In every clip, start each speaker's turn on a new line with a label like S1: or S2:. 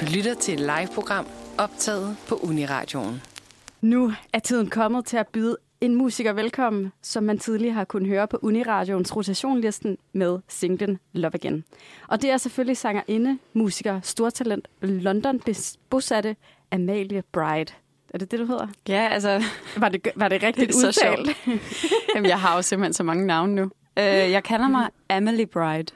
S1: Du lytter til et live-program optaget på Uniradioen.
S2: Nu er tiden kommet til at byde en musiker velkommen, som man tidligere har kunnet høre på Uniradions rotationlisten med singlen Love Again. Og det er selvfølgelig sangerinde, musiker, stortalent, London bosatte Amalie Bright. Er det det, du hedder?
S3: Ja, altså,
S2: Var det, var det rigtigt
S3: Det er så
S2: udtalt?
S3: jamen, jeg har jo simpelthen så mange navne nu. Øh, jeg kalder mig Amelie Bride,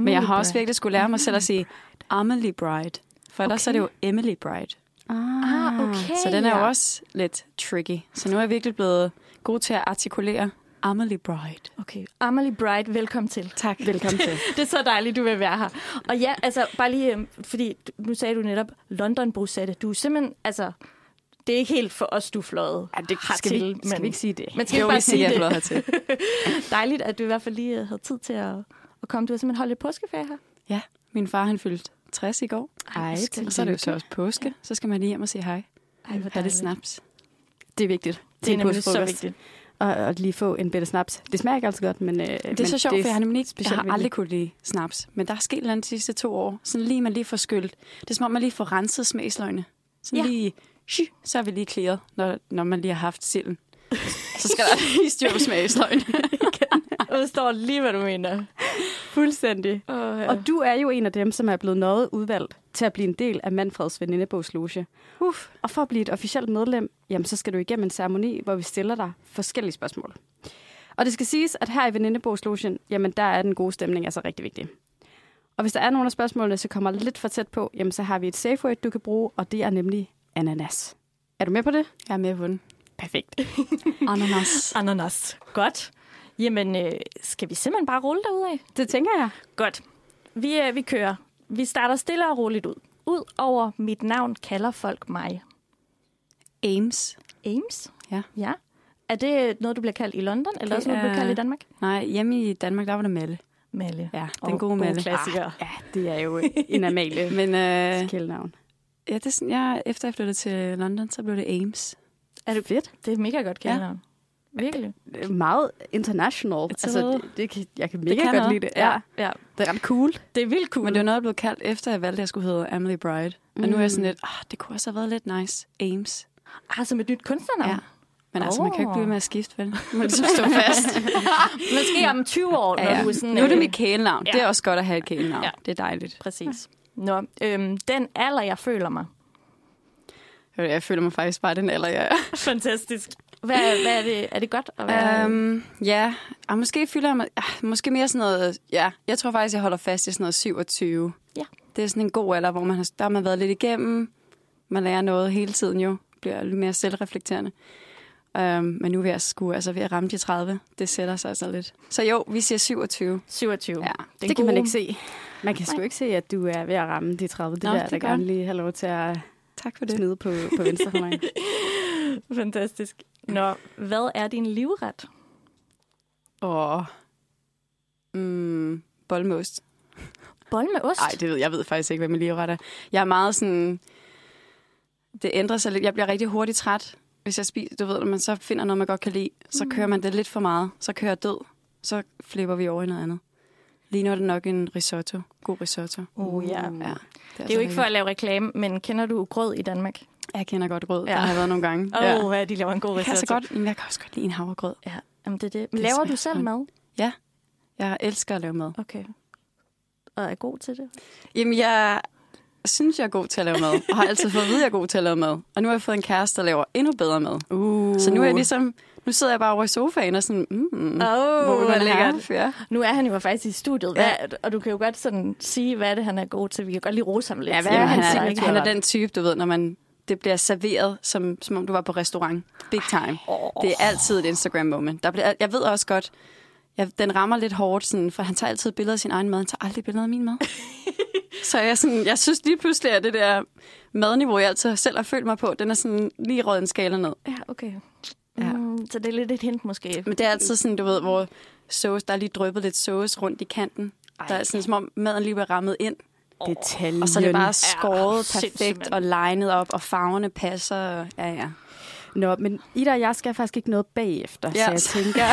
S3: men jeg har også virkelig skulle lære mig selv at sige Amelie Bride. For ellers okay. er det jo Emily Bride.
S2: Ah, okay.
S3: Så den er jo også lidt tricky. Så nu er jeg virkelig blevet god til at artikulere Amelie Bride.
S4: Okay, Amalie Bright, velkommen til.
S3: Oh, Tak.
S2: Velkommen til.
S4: Det er så dejligt, du vil være her. Og ja, altså bare lige, øhm, fordi du- nu sagde du netop London Brusette. Du er simpelthen, altså, det er ikke helt for os, du er fløjet
S2: Ja, det skal,
S4: hertil,
S2: vi, skal vi ikke sige det?
S4: man skal
S3: Jo,
S4: jo,
S3: vi
S4: bare
S3: siger,
S4: sige
S3: jeg er
S4: det.
S3: flot hertil.
S4: Dejligt, at du i hvert fald lige øh, havde tid til at, at komme. Du har simpelthen holdt lidt påskeferie her.
S3: Ja, min far han fyldte 60 i går.
S4: Ej,
S3: Og så er det jo så også påske. Så skal man lige hjem og sige hej.
S4: Ej, hvor
S3: Have lidt
S4: dejligt.
S3: snaps.
S2: Det er vigtigt.
S4: Det er
S2: en
S4: nemlig så
S2: påskefrokost.
S4: vigtigt.
S2: Og, og lige få en bitte snaps. Det smager ikke altid godt, men... Øh,
S3: Det er så sjovt, for jeg har nemlig ikke, jeg
S2: specielt
S3: har
S2: vigtigt.
S3: aldrig kunne lide snaps. Men der er sket noget de sidste to år. Sådan lige, man lige får skyldt. Det er som om, man lige får renset smagsløgene. Sådan ja.
S4: Ja.
S3: lige, shy, så er vi lige clearet, når, når man lige har haft silden. Så skal der lige styr på smagsløgene.
S4: Jeg forstår lige, hvad du mener.
S2: Fuldstændig.
S4: Oh,
S2: Ja. Og du er jo en af dem, som er blevet noget udvalgt til at blive en del af Manfreds venindebogsloge. Uf. Og for at blive et officielt medlem, jamen, så skal du igennem en ceremoni, hvor vi stiller dig forskellige spørgsmål. Og det skal siges, at her i venindebogslogen, jamen der er den gode stemning altså rigtig vigtig. Og hvis der er nogle af spørgsmålene, så kommer lidt for tæt på, jamen så har vi et safe word, du kan bruge, og det er nemlig ananas. Er du med på det?
S3: Jeg er med på den.
S2: Perfekt.
S3: Ananas.
S4: Ananas. Godt. Jamen, øh, skal vi simpelthen bare rulle derudad?
S2: Det tænker jeg.
S4: Godt. Vi, øh, vi kører. Vi starter stille og roligt ud. Ud over mit navn kalder folk mig
S3: Ames.
S4: Ames.
S3: Ja.
S4: Ja. Er det noget, du bliver kaldt i London, eller
S3: Det
S4: også noget, du bliver
S3: er-
S4: kaldt i Danmark?
S3: Nej, hjemme i Danmark, der var der Malle.
S4: Malle.
S3: Ja,
S4: Og
S3: den gode Malle. Ah.
S4: klassiker.
S2: Ja, det er jo en Amalie.
S3: Men øh,
S2: Kælenavn.
S3: ja, det er sådan, jeg, efter jeg flyttede til London, så blev det Ames.
S2: Er det fedt?
S4: Det er et mega godt kælenavn. Ja. Virkelig.
S2: meget international.
S3: It's
S2: altså,
S3: a little-
S2: det, det, kan, jeg kan mega det
S3: kan
S2: kan godt
S3: noget.
S2: lide det. Ja.
S4: ja.
S2: Det er ret cool.
S4: Det er vildt cool.
S3: Men det var noget, jeg blev kaldt, efter jeg valgte, at jeg skulle hedde Emily Bride. Mm. Og nu er jeg sådan lidt, ah, det kunne også have været lidt nice. Ames.
S4: Ah, som et nyt kunstnernavn.
S3: Ja.
S4: Ja.
S3: Men altså, man kan jo ikke
S4: Åh.
S3: blive med at skifte, vel? Man ligesom stå fast.
S4: Måske om 20 år, når
S3: ja, ja.
S4: du er sådan...
S3: nu er det
S4: øh,
S3: mit kælenavn. Ja.
S4: ja.
S3: Det er også godt at have et kælenavn. Ja.
S4: Ja.
S3: Det er dejligt.
S4: Præcis. Nå, øhm, den alder, jeg føler mig.
S3: Jeg føler mig faktisk bare den alder, jeg er.
S4: Fantastisk. Hvad, hvad er det? Er det godt at være...
S3: Um, ja, og måske fylder jeg mig... ah, Måske mere sådan noget... Ja, jeg tror faktisk, jeg holder fast i sådan noget 27.
S4: Ja.
S3: Det er sådan en god alder, hvor man har, der har man været lidt igennem. Man lærer noget hele tiden jo. Bliver lidt mere selvreflekterende. Um, men nu er vi altså, sku, altså ved at ramme de 30. Det sætter sig altså lidt. Så jo, vi siger 27.
S4: 27.
S3: Ja,
S4: Den
S2: det kan man
S4: gode-
S2: ikke se. Man kan sgu ikke se, at du er ved at ramme de 30. Det
S3: Nå,
S2: Nå, der,
S3: det
S2: der
S3: er godt.
S2: gerne lige have lov til at
S3: Tak for det.
S2: smide på, på venstre for mig.
S4: Fantastisk. Nå, hvad er din livret?
S3: Og... Mm, boldmost.
S4: Bold med ost?
S3: Nej, det ved jeg ved faktisk ikke, hvad min livret er. Jeg er meget sådan... Det ændrer sig lidt. Jeg bliver rigtig hurtigt træt, hvis jeg spiser. Du ved, når man så finder noget, man godt kan lide, så kører man det lidt for meget. Så kører jeg død. Så flipper vi over i noget andet. Lige nu er det nok en risotto. God risotto.
S4: Oh, ja.
S3: Ja,
S4: Det er jo ikke
S3: altså
S4: for at lave reklame, men kender du grød i Danmark?
S3: rigtig- Jeg kender godt rød. Ja.
S4: Ja.
S3: Der har jeg været nogle gange.
S4: Åh, oh, ja. hvad de laver en god
S3: Jeg kan, så
S4: risotto.
S3: godt, Jamen, jeg kan også godt lide en havregrød.
S4: Ja, jamen det er det.
S3: Det
S4: det laver
S3: smager
S4: du selv
S3: godt.
S4: mad?
S3: Jeg elsker at lave mad.
S4: Okay. Og er god til det?
S3: Jamen, jeg synes, jeg er god til at lave mad, og har altid fået at vide, at jeg er god til at lave mad. Og nu har jeg fået en kæreste, der laver endnu bedre mad.
S2: Uh.
S3: Så nu er jeg ligesom, nu sidder jeg bare over i sofaen og sådan, mm, oh, hvor
S4: Åh,
S3: vil man
S4: Uh, hvor
S3: have?
S4: lækkert.
S3: Ja.
S4: Nu er han jo faktisk i studiet,
S3: Ja.
S4: hvad, og du kan jo godt sådan sige, hvad er det, han er god til. Vi kan godt lige rose ham lidt.
S3: Ja, hvad er
S4: Jamen,
S3: han,
S4: siger
S3: han, er,
S4: ikke
S3: han er
S4: noget.
S3: den type, du ved, når man det bliver serveret, som, som om du var på restaurant. Big time. Det er altid et Instagram-moment. Der bliver, jeg ved også godt, jeg, den rammer lidt hårdt, sådan, for han tager altid billeder af sin egen mad. Han tager aldrig billeder af min mad. så jeg, sådan, jeg synes lige pludselig, at det der madniveau, jeg altid selv har følt mig på, den er sådan lige røget en skala ned.
S4: Ja, okay.
S3: Ja.
S4: Ja. Mm, så det er lidt et hint måske.
S3: Men det er altid sådan, du ved, hvor sauce, der er lige dryppet lidt sauce rundt i kanten. Ej. Der er sådan, som om maden lige er rammet ind,
S2: Detaljen.
S3: og så er det bare skåret
S4: sindssygt,
S3: perfekt
S4: mand.
S3: og legnet op, og farverne passer. og- Ja, ja.
S2: Nå, men Ida og jeg skal faktisk ikke noget bagefter,
S3: Ja.
S2: yes. så jeg tænker,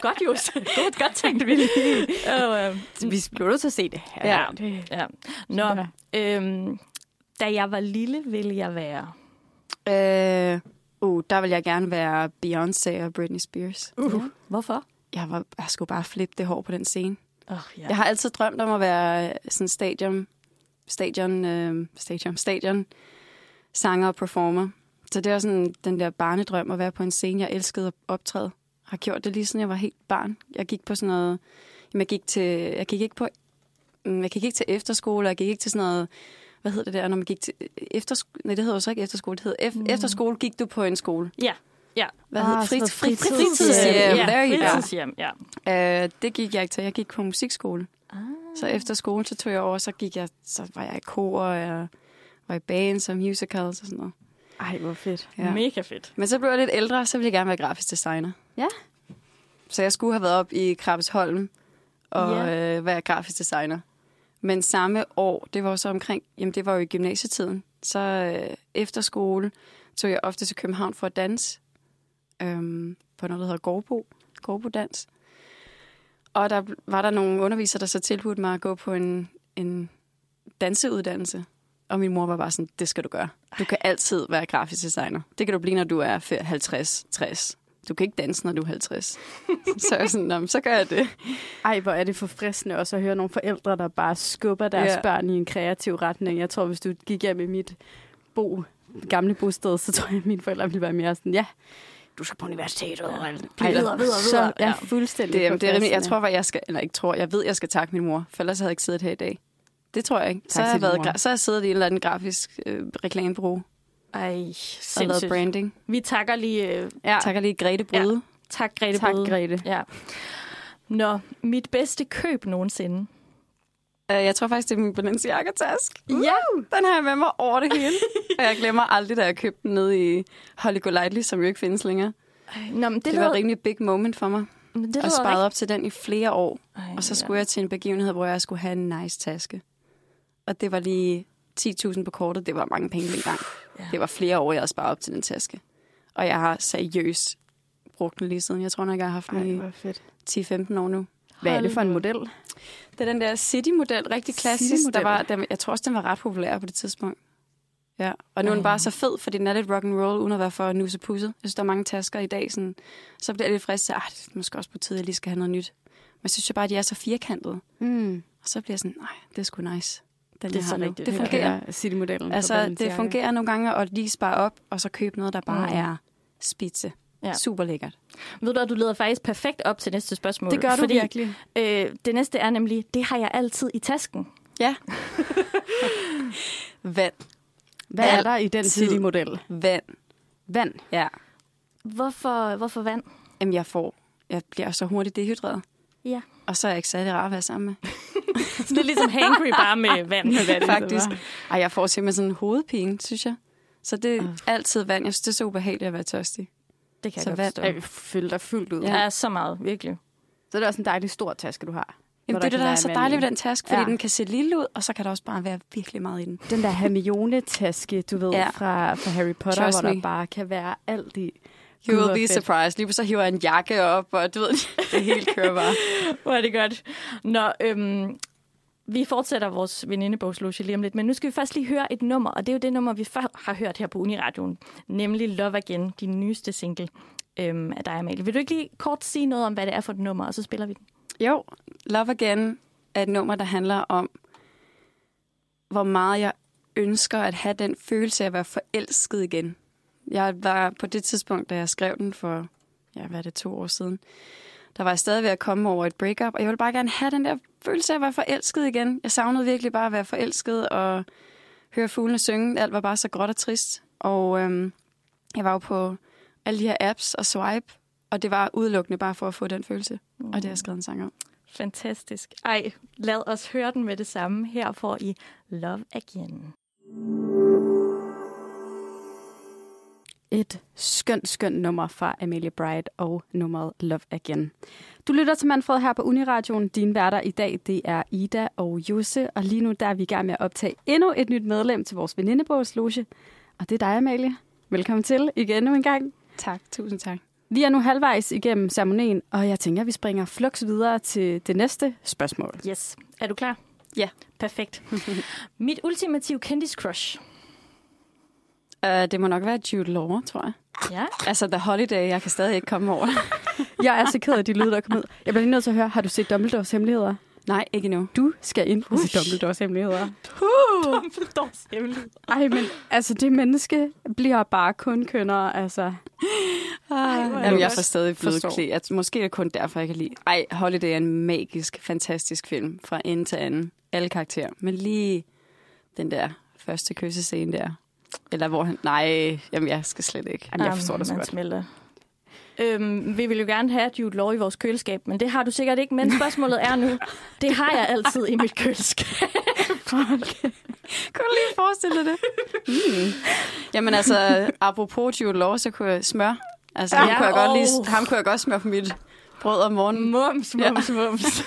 S4: Godt, Jus. Godt, godt tænkt, vi lige. Og, øh,
S2: vi bliver nødt til at se det her.
S4: Ja.
S2: Det,
S4: ja.
S2: Sådan
S4: Nå,
S2: er.
S4: øhm, da jeg var lille, ville jeg være...
S3: Øh, uh, der vil jeg gerne være Beyoncé og Britney Spears.
S4: Uh. Ja. Hvorfor?
S3: Jeg, var, jeg skulle bare flippe det hår på den scene.
S4: Oh, ja.
S3: Jeg har altid drømt om at være øh, sådan stadion, stadion, øh, stadion, stadion, sanger og performer. Så det var sådan den der barnedrøm at være på en scene. Jeg elskede at optræde. Har gjort det lige siden jeg var helt barn. Jeg gik på sådan noget... Jamen, jeg gik til... Jeg gik ikke på... mm, Jeg gik ikke til efterskole. Jeg gik ikke til sådan noget... Hvad hedder det der, når man gik til efterskole? Nej, det hedder jo så ikke efterskole. Det hedder... F- Efterskole gik du på en skole.
S4: Ja, ja.
S3: Hvad
S2: Mm. Ah,
S3: hedder
S2: sådan
S3: frit,
S2: noget
S3: frit,
S2: fritids-
S3: fritidshjem?
S4: ja,
S3: There you go.
S4: fritidshjem, ja.
S3: Øh, det gik jeg ikke til. Jeg gik på musikskole. Ah. Så efter skole, så tog jeg over, så, gik jeg, så var jeg i kor, og jeg var i bands og musicals og sådan noget.
S2: ej, hvor fedt.
S3: Ja.
S4: Mega fedt.
S3: Men så blev jeg lidt ældre, så ville jeg gerne være grafisk designer.
S2: Ja.
S3: Så jeg skulle have været op i Krabbesholm og
S4: Ja.
S3: ja. øh, være grafisk designer. Men samme år, det var jo så omkring, jamen det var jo i gymnasietiden, så øh, efter skole tog jeg ofte til København for at danse øhm, på noget, der hedder Gårdbo, Gårdbo Dans. Og der bl- var der nogle undervisere, der så tilbudte mig at gå på en, en danseuddannelse. Og min mor var bare sådan, det skal du gøre. Du kan altid være grafisk designer. Det kan du blive, når du er 50-60. Du kan ikke danse, når du er 50. så er jeg sådan, "Nå, men så gør jeg det.
S2: Ej, hvor er det forfriskende også at høre nogle forældre, der bare skubber deres
S3: Ja.
S2: yeah. børn i en kreativ retning. Jeg tror, hvis du gik hjem i mit bo, gamle bosted, så tror jeg, at mine forældre ville være mere sådan, ja, du skal på universitetet. og alt. Bliv
S3: Ej,
S2: videre, videre,
S4: videre.
S2: Så, ja,
S4: Ja.
S2: fuldstændig
S3: Det, er- det er rimelig, jeg
S2: forfriskende.
S3: tror, at jeg skal, eller ikke tror, jeg ved, jeg skal takke min mor, for ellers havde jeg ikke siddet her i dag. Det tror jeg ikke. Så
S2: Tak
S3: har jeg,
S2: til din
S3: været,
S2: mor.
S3: gra- så har jeg siddet i en eller anden grafisk øh, reklamebureau
S4: Ej,
S3: og lavet
S4: sindssygt.
S3: branding.
S4: Vi takker lige... Øh,
S3: Ja. Takker lige Grete Bryde. Ja.
S4: tak, Grete
S2: Tak,
S4: Bøde.
S2: Grete.
S4: Ja. Nå, mit bedste køb nogensinde.
S3: Øh, Jeg tror faktisk, det er min Balenciaga-task.
S4: Ja.
S3: Den har jeg med mig over det hele. og jeg glemmer aldrig, da jeg købte den nede i Holly Golightly, som jo ikke findes længere.
S4: Nå, men det,
S3: Det, det var et rimelig big moment for mig.
S4: rimelig, det
S3: Og
S4: lyder
S3: sparede op til den i flere år.
S4: rigtig- Ej,
S3: Og så skulle jeg til en begivenhed, hvor jeg skulle have en nice taske. Og det var lige 10.000 på kortet. Det var mange penge dengang.
S4: Ja.
S3: Det var flere år, jeg havde sparet op til den taske. Og jeg har seriøst brugt den lige siden. Jeg tror nok, jeg har haft den
S2: Ej,
S3: i
S2: hvor fedt.
S3: 10-15 år nu.
S2: Hvad er det for en
S4: Hold
S2: model?
S3: Det er den der City-model, rigtig klassisk.
S2: City-model.
S3: Der var, den, jeg tror også, den var ret populær på det tidspunkt. Ja, og nu er den
S4: Ej.
S3: bare så fed, fordi den er lidt rock and roll uden at være for nussepusset. Jeg synes, der er mange tasker i dag, sådan, så bliver jeg lidt frisk til, at det er måske også på tide, at jeg lige skal have noget nyt. Men jeg synes jo bare, at de er så firkantede.
S2: Mm,
S3: Og så bliver jeg sådan, nej, det er sgu nice. Den,
S4: Det er
S3: jeg
S4: så
S3: har nu.
S4: rigtigt.
S3: Det
S4: Ja.
S3: fungerer.
S2: City-modellen. fra
S3: Altså, det
S2: Balenciaga.
S3: fungerer nogle gange at lige spare op, og så købe noget, der bare
S4: Mm.
S3: mm. er spidse.
S4: Ja.
S3: Ja. Super lækkert.
S4: Ved du, at du leder faktisk perfekt op til næste spørgsmål.
S2: Det gør du
S4: fordi,
S2: virkelig.
S4: Øh, det næste er nemlig, det har jeg altid i tasken.
S3: Ja. vand.
S2: Hvad er der i den
S3: Altid.
S2: City-model?
S3: Vand.
S2: Vand.
S3: Ja.
S4: Hvorfor, hvorfor vand?
S3: Jamen, jeg får... Jeg bliver så hurtigt dehydreret.
S4: Ja.
S3: Og så er jeg ikke særlig rar at være sammen med.
S4: Det er ligesom hangry bare med vand. Med vand.
S3: Faktisk. Ej, jeg får simpelthen sådan en hovedpine, synes jeg. Så det er altid vand. Jeg synes, det er så ubehageligt at være tørstig.
S4: Det kan jeg
S3: Så
S4: godt
S3: vand
S4: forstå.
S2: Ej, fyld dig fuldt ud.
S4: Ja.
S3: Ja.
S4: ja, så meget, virkelig.
S2: Så er det også en dejlig stor taske, du har.
S3: Jamen,
S2: der
S3: det er det,
S2: kan
S3: der er
S2: være
S3: så
S2: vand
S3: dejligt
S2: i.
S3: ved den taske, fordi
S2: Ja.
S3: ja. den kan se lille ud, og så kan der også bare være virkelig meget i den.
S2: Den der Hermione-taske, du ved, ja.
S3: Ja.
S2: fra, fra Harry Potter,
S3: Trust
S2: hvor der
S3: me.
S2: bare kan være alt i.
S3: You
S2: Gud,
S3: will
S2: hvor
S3: be
S2: fedt.
S3: surprised. Lige så hiver jeg en jakke op, og du ved, det hele kører bare.
S4: Hvor er det godt. Nå, øhm, vi fortsætter vores venindebogsloge lige om lidt, men nu skal vi først lige høre et nummer, og det er jo det nummer, vi før har hørt her på Uniradioen, nemlig Love Again, din nyeste single øhm, af dig, Amalie. Vil du ikke lige kort sige noget om, hvad det er for et nummer, og så spiller vi den?
S3: Jo, Love Again er et nummer, der handler om, hvor meget jeg ønsker at have den følelse af at være forelsket igen. Jeg var på det tidspunkt, da jeg skrev den for, ja, hvad er det, to år siden, der var jeg stadig ved at komme over et breakup, og jeg ville bare gerne have den der følelse af at være forelsket igen. Jeg savnede virkelig bare at være forelsket og høre fuglene synge. Alt var bare så gråt og trist. Og øhm, jeg var jo på alle de her apps og swipe, og det var udelukkende bare for at få den følelse. Og det har jeg skrevet en sang om.
S4: Fantastisk. Ej, lad os høre den med det samme. Her får I Love Again.
S2: Et skønt, skønt nummer fra Amelia Bright og nummeret Love Again. Du lytter til Manfred her på Uniradioen. Dine værter i dag, det er Ida og Jose, og lige nu der er vi i gang med at optage endnu et nyt medlem til vores venindebogsloge. Og det er dig, Amalie. velkommen til igen endnu en gang.
S3: Tak, tusind tak.
S2: Vi er nu halvvejs igennem ceremonien, og jeg tænker, at vi springer flux videre til det næste spørgsmål.
S4: Yes. Er du klar?
S3: Ja.
S4: Perfekt. Mit ultimative Candice Crush.
S3: Uh, det må nok være Jude Law, tror jeg.
S4: Ja.
S3: Altså The Holiday, jeg kan stadig ikke komme over.
S2: Jeg er så ked af de lyde, der kom ud. Jeg bliver lige nødt til at høre, har du set Dumbledores hemmeligheder?
S3: Nej, ikke endnu.
S2: Du skal ind og se Dumbledores hemmeligheder.
S4: Dumbledores hemmelighed.
S2: Ej, men altså, det menneske bliver bare kun kønnere, altså.
S4: hvor er
S3: Jamen,
S4: det
S3: jeg
S4: godt.
S3: får stadig
S2: Forstår.
S3: blødklæ. At måske er det kun derfor, jeg kan lide. Ej, Holiday er en magisk, fantastisk film fra ende til anden. Alle karakterer. Men lige den der første kyssescene der. Eller hvor han... Nej, jamen jeg skal slet ikke. Jamen, jeg forstår det så
S4: man
S3: godt.
S4: Smelter. Øhm, vi vil jo gerne have Jude Law i vores køleskab, men det har du sikkert ikke. Men spørgsmålet er nu, det har jeg altid i mit køleskab.
S3: Kunne du lige forestille dig det? Mm. Jamen altså, apropos Jude Law, så kunne jeg smøre. Altså, ja,
S4: Ja,
S3: ham, kunne jeg godt
S4: åh.
S3: lige, ham kunne jeg godt smøre på mit brød om morgenen.
S4: Mums, mums, ja. mums.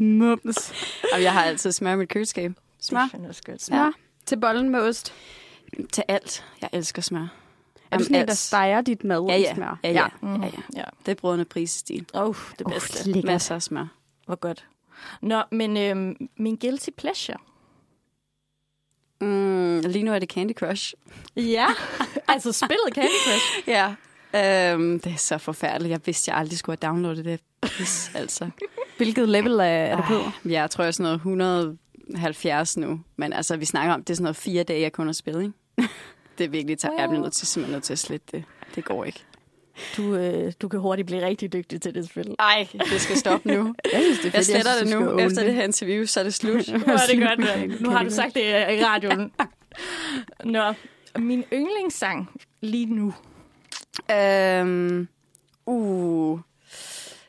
S2: Mums.
S3: Jamen, jeg har altid smør i mit køleskab. Smør
S2: Smør ja. til bollen med ost.
S3: til alt. Jeg elsker smør.
S2: Er du
S3: Jamen,
S2: sådan en, der
S3: alt.
S2: steger dit mad
S3: Ja,
S2: i
S3: ja.
S2: smør?
S3: Ja, ja.
S4: Mm.
S3: ja,
S4: Ja,
S3: ja.
S4: ja.
S3: Det er brødende prisstil.
S4: Oh, det bedste.
S2: det ligger.
S3: Masser af smør.
S4: Hvor godt. Nå, men øhm, min guilty pleasure.
S3: Mm, lige nu er det Candy Crush.
S4: Ja, altså spillet Candy Crush.
S3: Ja. Øhm, det er så forfærdeligt. Jeg vidste, jeg aldrig skulle have downloadet det. Pis, altså.
S2: Hvilket level er, er
S3: Ah.
S2: du på?
S3: Ej, Jeg tror, jeg er sådan noget 170 nu. Men altså, vi snakker om, det er sådan noget fire dage, jeg kun har spillet, ikke? Det er virkelig tager. Jeg bliver nødt til, simpelthen nødt til at slette det. Det går ikke.
S4: Du, øh, du kan hurtigt blive rigtig dygtig til det spil.
S3: Nej, det skal stoppe nu.
S2: Jeg, synes, det er
S3: Jeg
S2: fedt.
S3: sletter
S2: synes,
S3: det
S2: du skal
S3: nu.
S2: own
S3: Efter det her interview, så er det slut.
S4: Hvor er det
S2: Slut
S4: godt,
S2: med
S4: mand.
S2: Candy
S4: Nu har du
S2: Crush.
S4: sagt det øh, i radioen. Nå, min yndlingssang lige nu.
S3: Øhm, uh.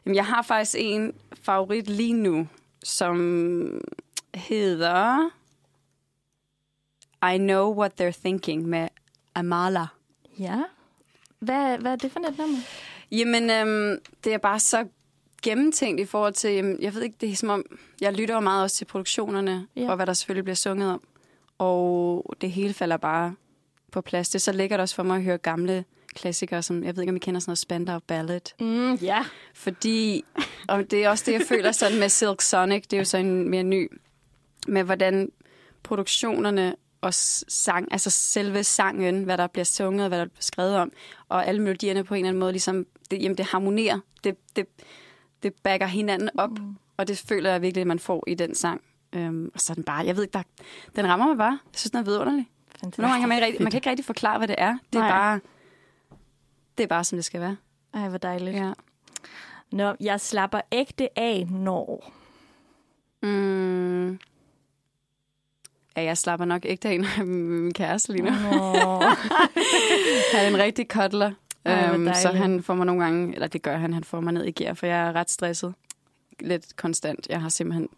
S3: Jamen, jeg har faktisk en favorit lige nu, som hedder I Know What They're Thinking med Amala.
S4: Ja. Hvad, hvad er det for et nummer?
S3: Jamen, øhm, det er bare så gennemtænkt i forhold til, jamen, jeg ved ikke, det er som om, jeg lytter jo meget også til produktionerne,
S4: Ja.
S3: ja. og hvad der selvfølgelig bliver sunget om, og det hele falder bare på plads. Det er så lækkert også for mig at høre gamle klassikere, som, jeg ved ikke, om I kender sådan noget Spandau Ballet,
S4: Mm, ja.
S3: Fordi, og det er også det, jeg føler sådan med Silk Sonic, det er jo så en mere ny, med hvordan produktionerne og s- sang, altså selve sangen, hvad der bliver sunget, hvad der bliver skrevet om, og alle melodierne på en eller anden måde, ligesom, det, jamen det harmonerer, det, det, det backer hinanden op, mm. og det føler jeg virkelig, at man får i den sang. Øhm, og så er den bare, jeg ved ikke, der, den rammer mig bare. Jeg synes, den er vidunderlig.
S4: Fantastisk.
S3: Nogle gange kan man, ikke rigtig, man kan ikke rigtig forklare, hvad det er. Det er,
S2: Nej.
S3: bare, det er bare, som det skal være.
S4: Ej, hvor dejligt. Ja.
S3: Ja.
S4: Nå, jeg slapper ægte af, når...
S3: Mm. Ja, jeg slapper nok ikke af når jeg er med min kæreste lige nu.
S4: Nå.
S3: Han er en rigtig kotler.
S4: Ej, hvor
S3: Um, så
S4: dejligt.
S3: han får mig nogle gange, eller det gør han, han får mig ned i gear, for jeg er ret stresset. Lidt konstant. Jeg har simpelthen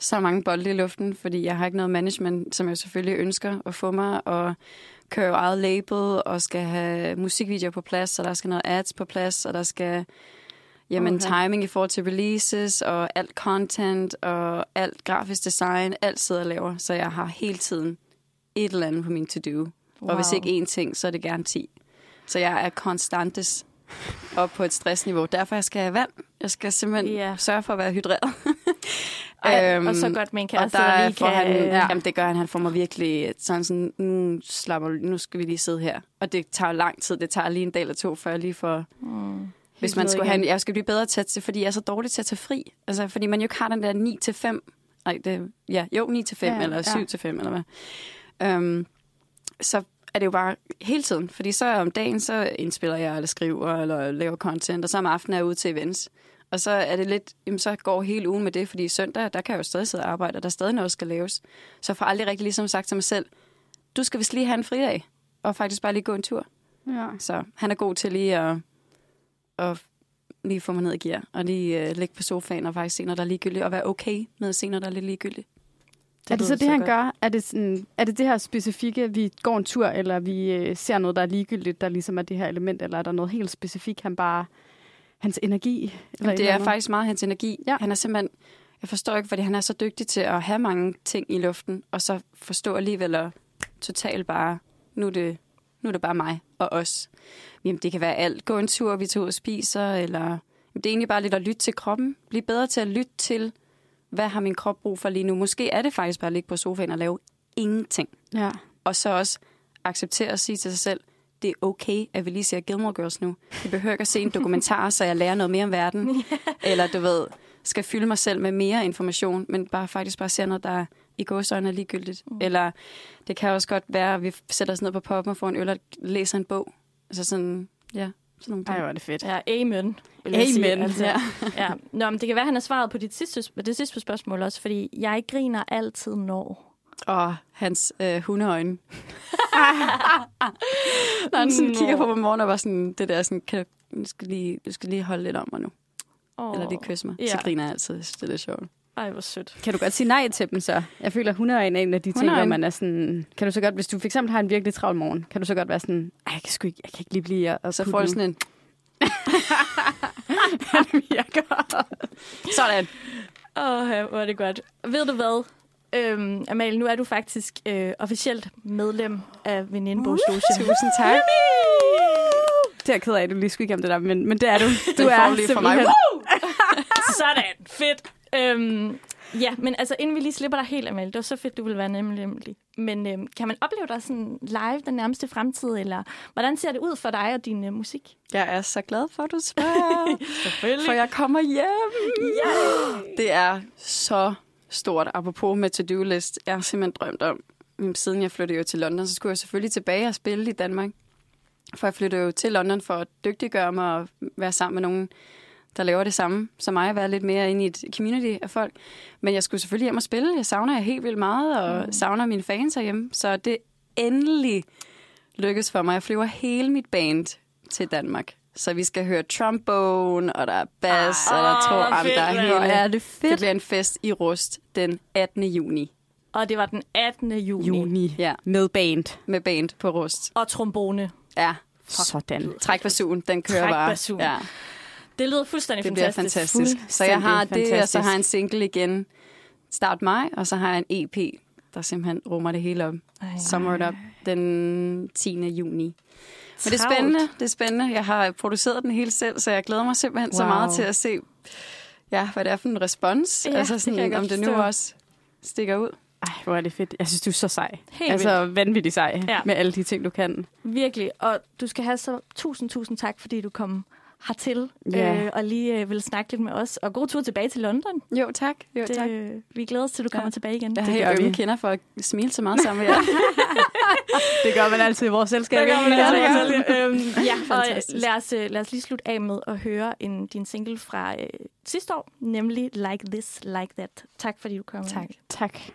S3: så mange bolde i luften, fordi jeg har ikke noget management, som jeg selvfølgelig ønsker at få mig, og kører jo eget label, og skal have musikvideoer på plads, og der skal noget ads på plads, og der skal jamen,
S2: Okay.
S3: okay. timing i forhold til releases, og alt content, og alt grafisk design, alt sidder og laver, så jeg har hele tiden et eller andet på min to-do. Wow. Og hvis ikke én ting, så er det gerne ti. Så jeg er konstantes op på et stressniveau. Derfor jeg skal have vand. Jeg skal simpelthen
S4: Ja.
S3: yeah. sørge for at være hydreret.
S4: Ej,
S3: Øhm,
S4: og så godt med en
S3: og
S4: kæreste, der,
S3: der
S4: lige
S3: får
S4: kan... øh,
S3: han, ja.
S4: ja.
S3: jamen det gør han, han får mig virkelig sådan sådan, nu slapper, nu skal vi lige sidde her. Og det tager jo lang tid, det tager lige en dag eller to, før jeg lige får... Mm. Hvis man
S2: ned
S3: skulle
S2: igen.
S3: have, en- jeg skal blive bedre til at tage, fordi jeg er så dårlig til at tage fri. Altså, fordi man jo ikke har den der 9 til 5. Nej, det, ja, jo 9 til 5,
S2: Ja,
S3: ja, eller
S2: ja.
S3: 7 til 5, eller hvad. Um, så er det jo bare hele tiden. Fordi så om dagen, så indspiller jeg, eller skriver, eller laver content, og så om aftenen er jeg ude til events. Og så er det lidt, jamen, så går hele ugen med det, fordi søndag, der kan jeg jo stadig sidde og arbejde, og der er stadig noget, der skal laves. Så jeg får aldrig rigtig ligesom sagt til mig selv, du skal vist lige have en fridag, og faktisk bare lige gå en tur.
S2: Ja.
S3: Så han er god til lige at, at lige få mig ned i gear, og lige uh, ligge på sofaen og faktisk se, når der er ligegyldigt, og være okay med at se, når der er lidt ligegyldigt.
S2: Det er det så
S3: lyder
S2: det, han
S3: godt.
S2: gør? Er det, sådan, er det det her specifikke, vi går en tur, eller vi øh, ser noget, der er ligegyldigt, der ligesom er det her element, eller er der noget helt specifikt, han bare... Hans energi? Eller et
S3: Jamen, det
S2: eller
S3: er
S2: andet?
S3: faktisk meget hans energi.
S2: Ja.
S3: Ja. Han er simpelthen, jeg forstår ikke, fordi han er så dygtig til at have mange ting i luften, og så forstå alligevel at totalt bare, nu er det Nu er det bare mig og os. Jamen, det kan være alt. Gå en tur, vi tog og spiser, eller... Jamen, det er egentlig bare lidt at lytte til kroppen. Bliv bedre til at lytte til, hvad har min krop brug for lige nu. Måske er det faktisk bare at ligge på sofaen og lave ingenting.
S2: Ja.
S3: Og så også acceptere at sige til sig selv, det er okay, at vi lige ser Gilmore Girls nu. Jeg behøver ikke at se en dokumentar, så jeg lærer noget mere om verden. Eller du ved, skal fylde mig selv med mere information, men bare faktisk bare ser noget, der i gåsøjne er ligegyldigt. Mm. Eller det kan også godt være, at vi sætter os ned på poppen og får en øl og læser en bog. Altså sådan, ja, sådan nogle ting.
S2: Ej, hvor er det fedt.
S4: Ja, amen. vil jeg sige, altså.
S2: Amen, ja.
S4: ja. Nå, men det kan være, at han har svaret på dit sidste, det sidste spørgsmål også, fordi jeg griner altid når.
S3: Og hans øh, hundeøjne. Når han sådan kigger på mig om morgenen og bare sådan, det der sådan, kan du, du, skal lige, du skal lige holde lidt om mig nu.
S4: Oh.
S3: Eller lige kysse mig.
S4: Ja.
S3: Så griner jeg altid. Jeg synes, det er lidt sjovt.
S4: Ej, hvor sødt.
S2: Kan du godt sige nej til dem så? Jeg føler, at hundeøjne er en af de ting, hvor
S3: Hundeøjne.
S2: man er sådan... Kan du så godt, hvis du for eksempel har en virkelig travl morgen, kan du så godt være sådan, Ej, jeg kan, sgu ikke, jeg kan ikke lige blive og- og
S3: Og så
S2: putte
S3: får du
S2: den."
S3: sådan en,
S2: Sådan.
S4: Åh, ja, hvor er det godt. Ved du hvad, øhm, Amal, nu er du faktisk øh, officielt medlem af Venindebogslogen.
S3: tusind tak.
S2: Det er jeg ked af, at du lige skulle igennem det der, men, men det er du. Du er
S3: får lige for mig.
S4: Sådan, fedt. Øhm, ja, men altså, inden vi lige slipper dig helt, Amal, det var så fedt, du ville være nemlig. nemlig. Men øhm, kan man opleve dig sådan live den nærmeste fremtid, eller hvordan ser det ud for dig og din øh, musik?
S3: Jeg er så glad for, at du spørger.
S4: Selvfølgelig.
S3: for jeg kommer hjem. Yeah. Det er så stort. Apropos med to-do-list. Jeg har simpelthen drømt om, mm, siden jeg flyttede jo til London, så skulle jeg selvfølgelig tilbage og spille i Danmark. For jeg flyttede jo til London for at dygtiggøre mig og være sammen med nogen, der laver det samme som mig, og være lidt mere inde i et community af folk. Men jeg skulle selvfølgelig hjem og spille. Jeg savner jer helt vildt meget, og mm. savner mine fans herhjemme. Så det endelig lykkes for mig. Jeg flyver hele mit band til Danmark. Så vi skal høre trombone, og der er bass, og der er to andre.
S4: mand.
S3: Hele.
S2: Ja, det er
S3: Det
S2: fedt.
S3: bliver en fest i Rust den 18. juni
S4: Og det var den 18. juni.
S2: Juni.
S3: Ja.
S2: Med band.
S3: med band på Rust.
S4: Og trombone.
S3: Ja,
S2: Sådan.
S3: træk basunen, den kører
S4: Træk
S3: bare.
S4: basunen.
S3: Ja,
S4: Det lyder fuldstændig
S3: det bliver
S4: fantastisk.
S3: fantastisk. Så jeg har det,
S2: Fuldstændig
S3: og så har jeg en
S2: fantastisk.
S3: single igen start maj, og så har jeg en EP, der simpelthen rummer det hele op.
S4: Ej.
S3: Summer It Up den 10. juni. Men det er
S4: Travlt.
S3: spændende, det er spændende. Jeg har produceret den hele selv, så jeg glæder mig simpelthen wow. så
S2: Wow.
S3: meget til at se, ja, hvad det er for en respons.
S4: Ja,
S3: Ja, altså
S4: det kan
S3: sådan,
S4: jeg
S3: det
S4: godt
S3: om det nu
S4: forstå.
S3: også stikker ud.
S2: Ej, hvor er det fedt. Jeg synes, du er så sej.
S4: Helt
S2: altså, vanvittig sej
S4: Ja.
S2: ja. med alle de ting, du kan.
S4: Virkelig, og du skal have så tusind, tusind tak, fordi du kom hertil
S2: Ja.
S4: øh, og lige øh, ville snakke lidt med os. Og god tur tilbage til London.
S3: Jo, tak. Jo,
S4: Det,
S3: tak.
S4: øh, vi glæder os til, at du kommer
S3: Ja.
S4: tilbage igen.
S3: Jeg har
S2: det
S3: helt
S2: gør
S3: ømme
S2: vi.
S3: kender for at smile så meget sammen med jer.
S2: Det gør man altid i vores selskab.
S4: Det gør man
S2: ikke?
S4: altid. Øhm, ja, og øh,
S3: Fantastisk.
S4: lad os, øh, lad os lige slutte af med at høre en, din single fra øh, sidste år, nemlig Like This, Like That. Tak fordi du kom.
S3: Tak.
S2: Tak.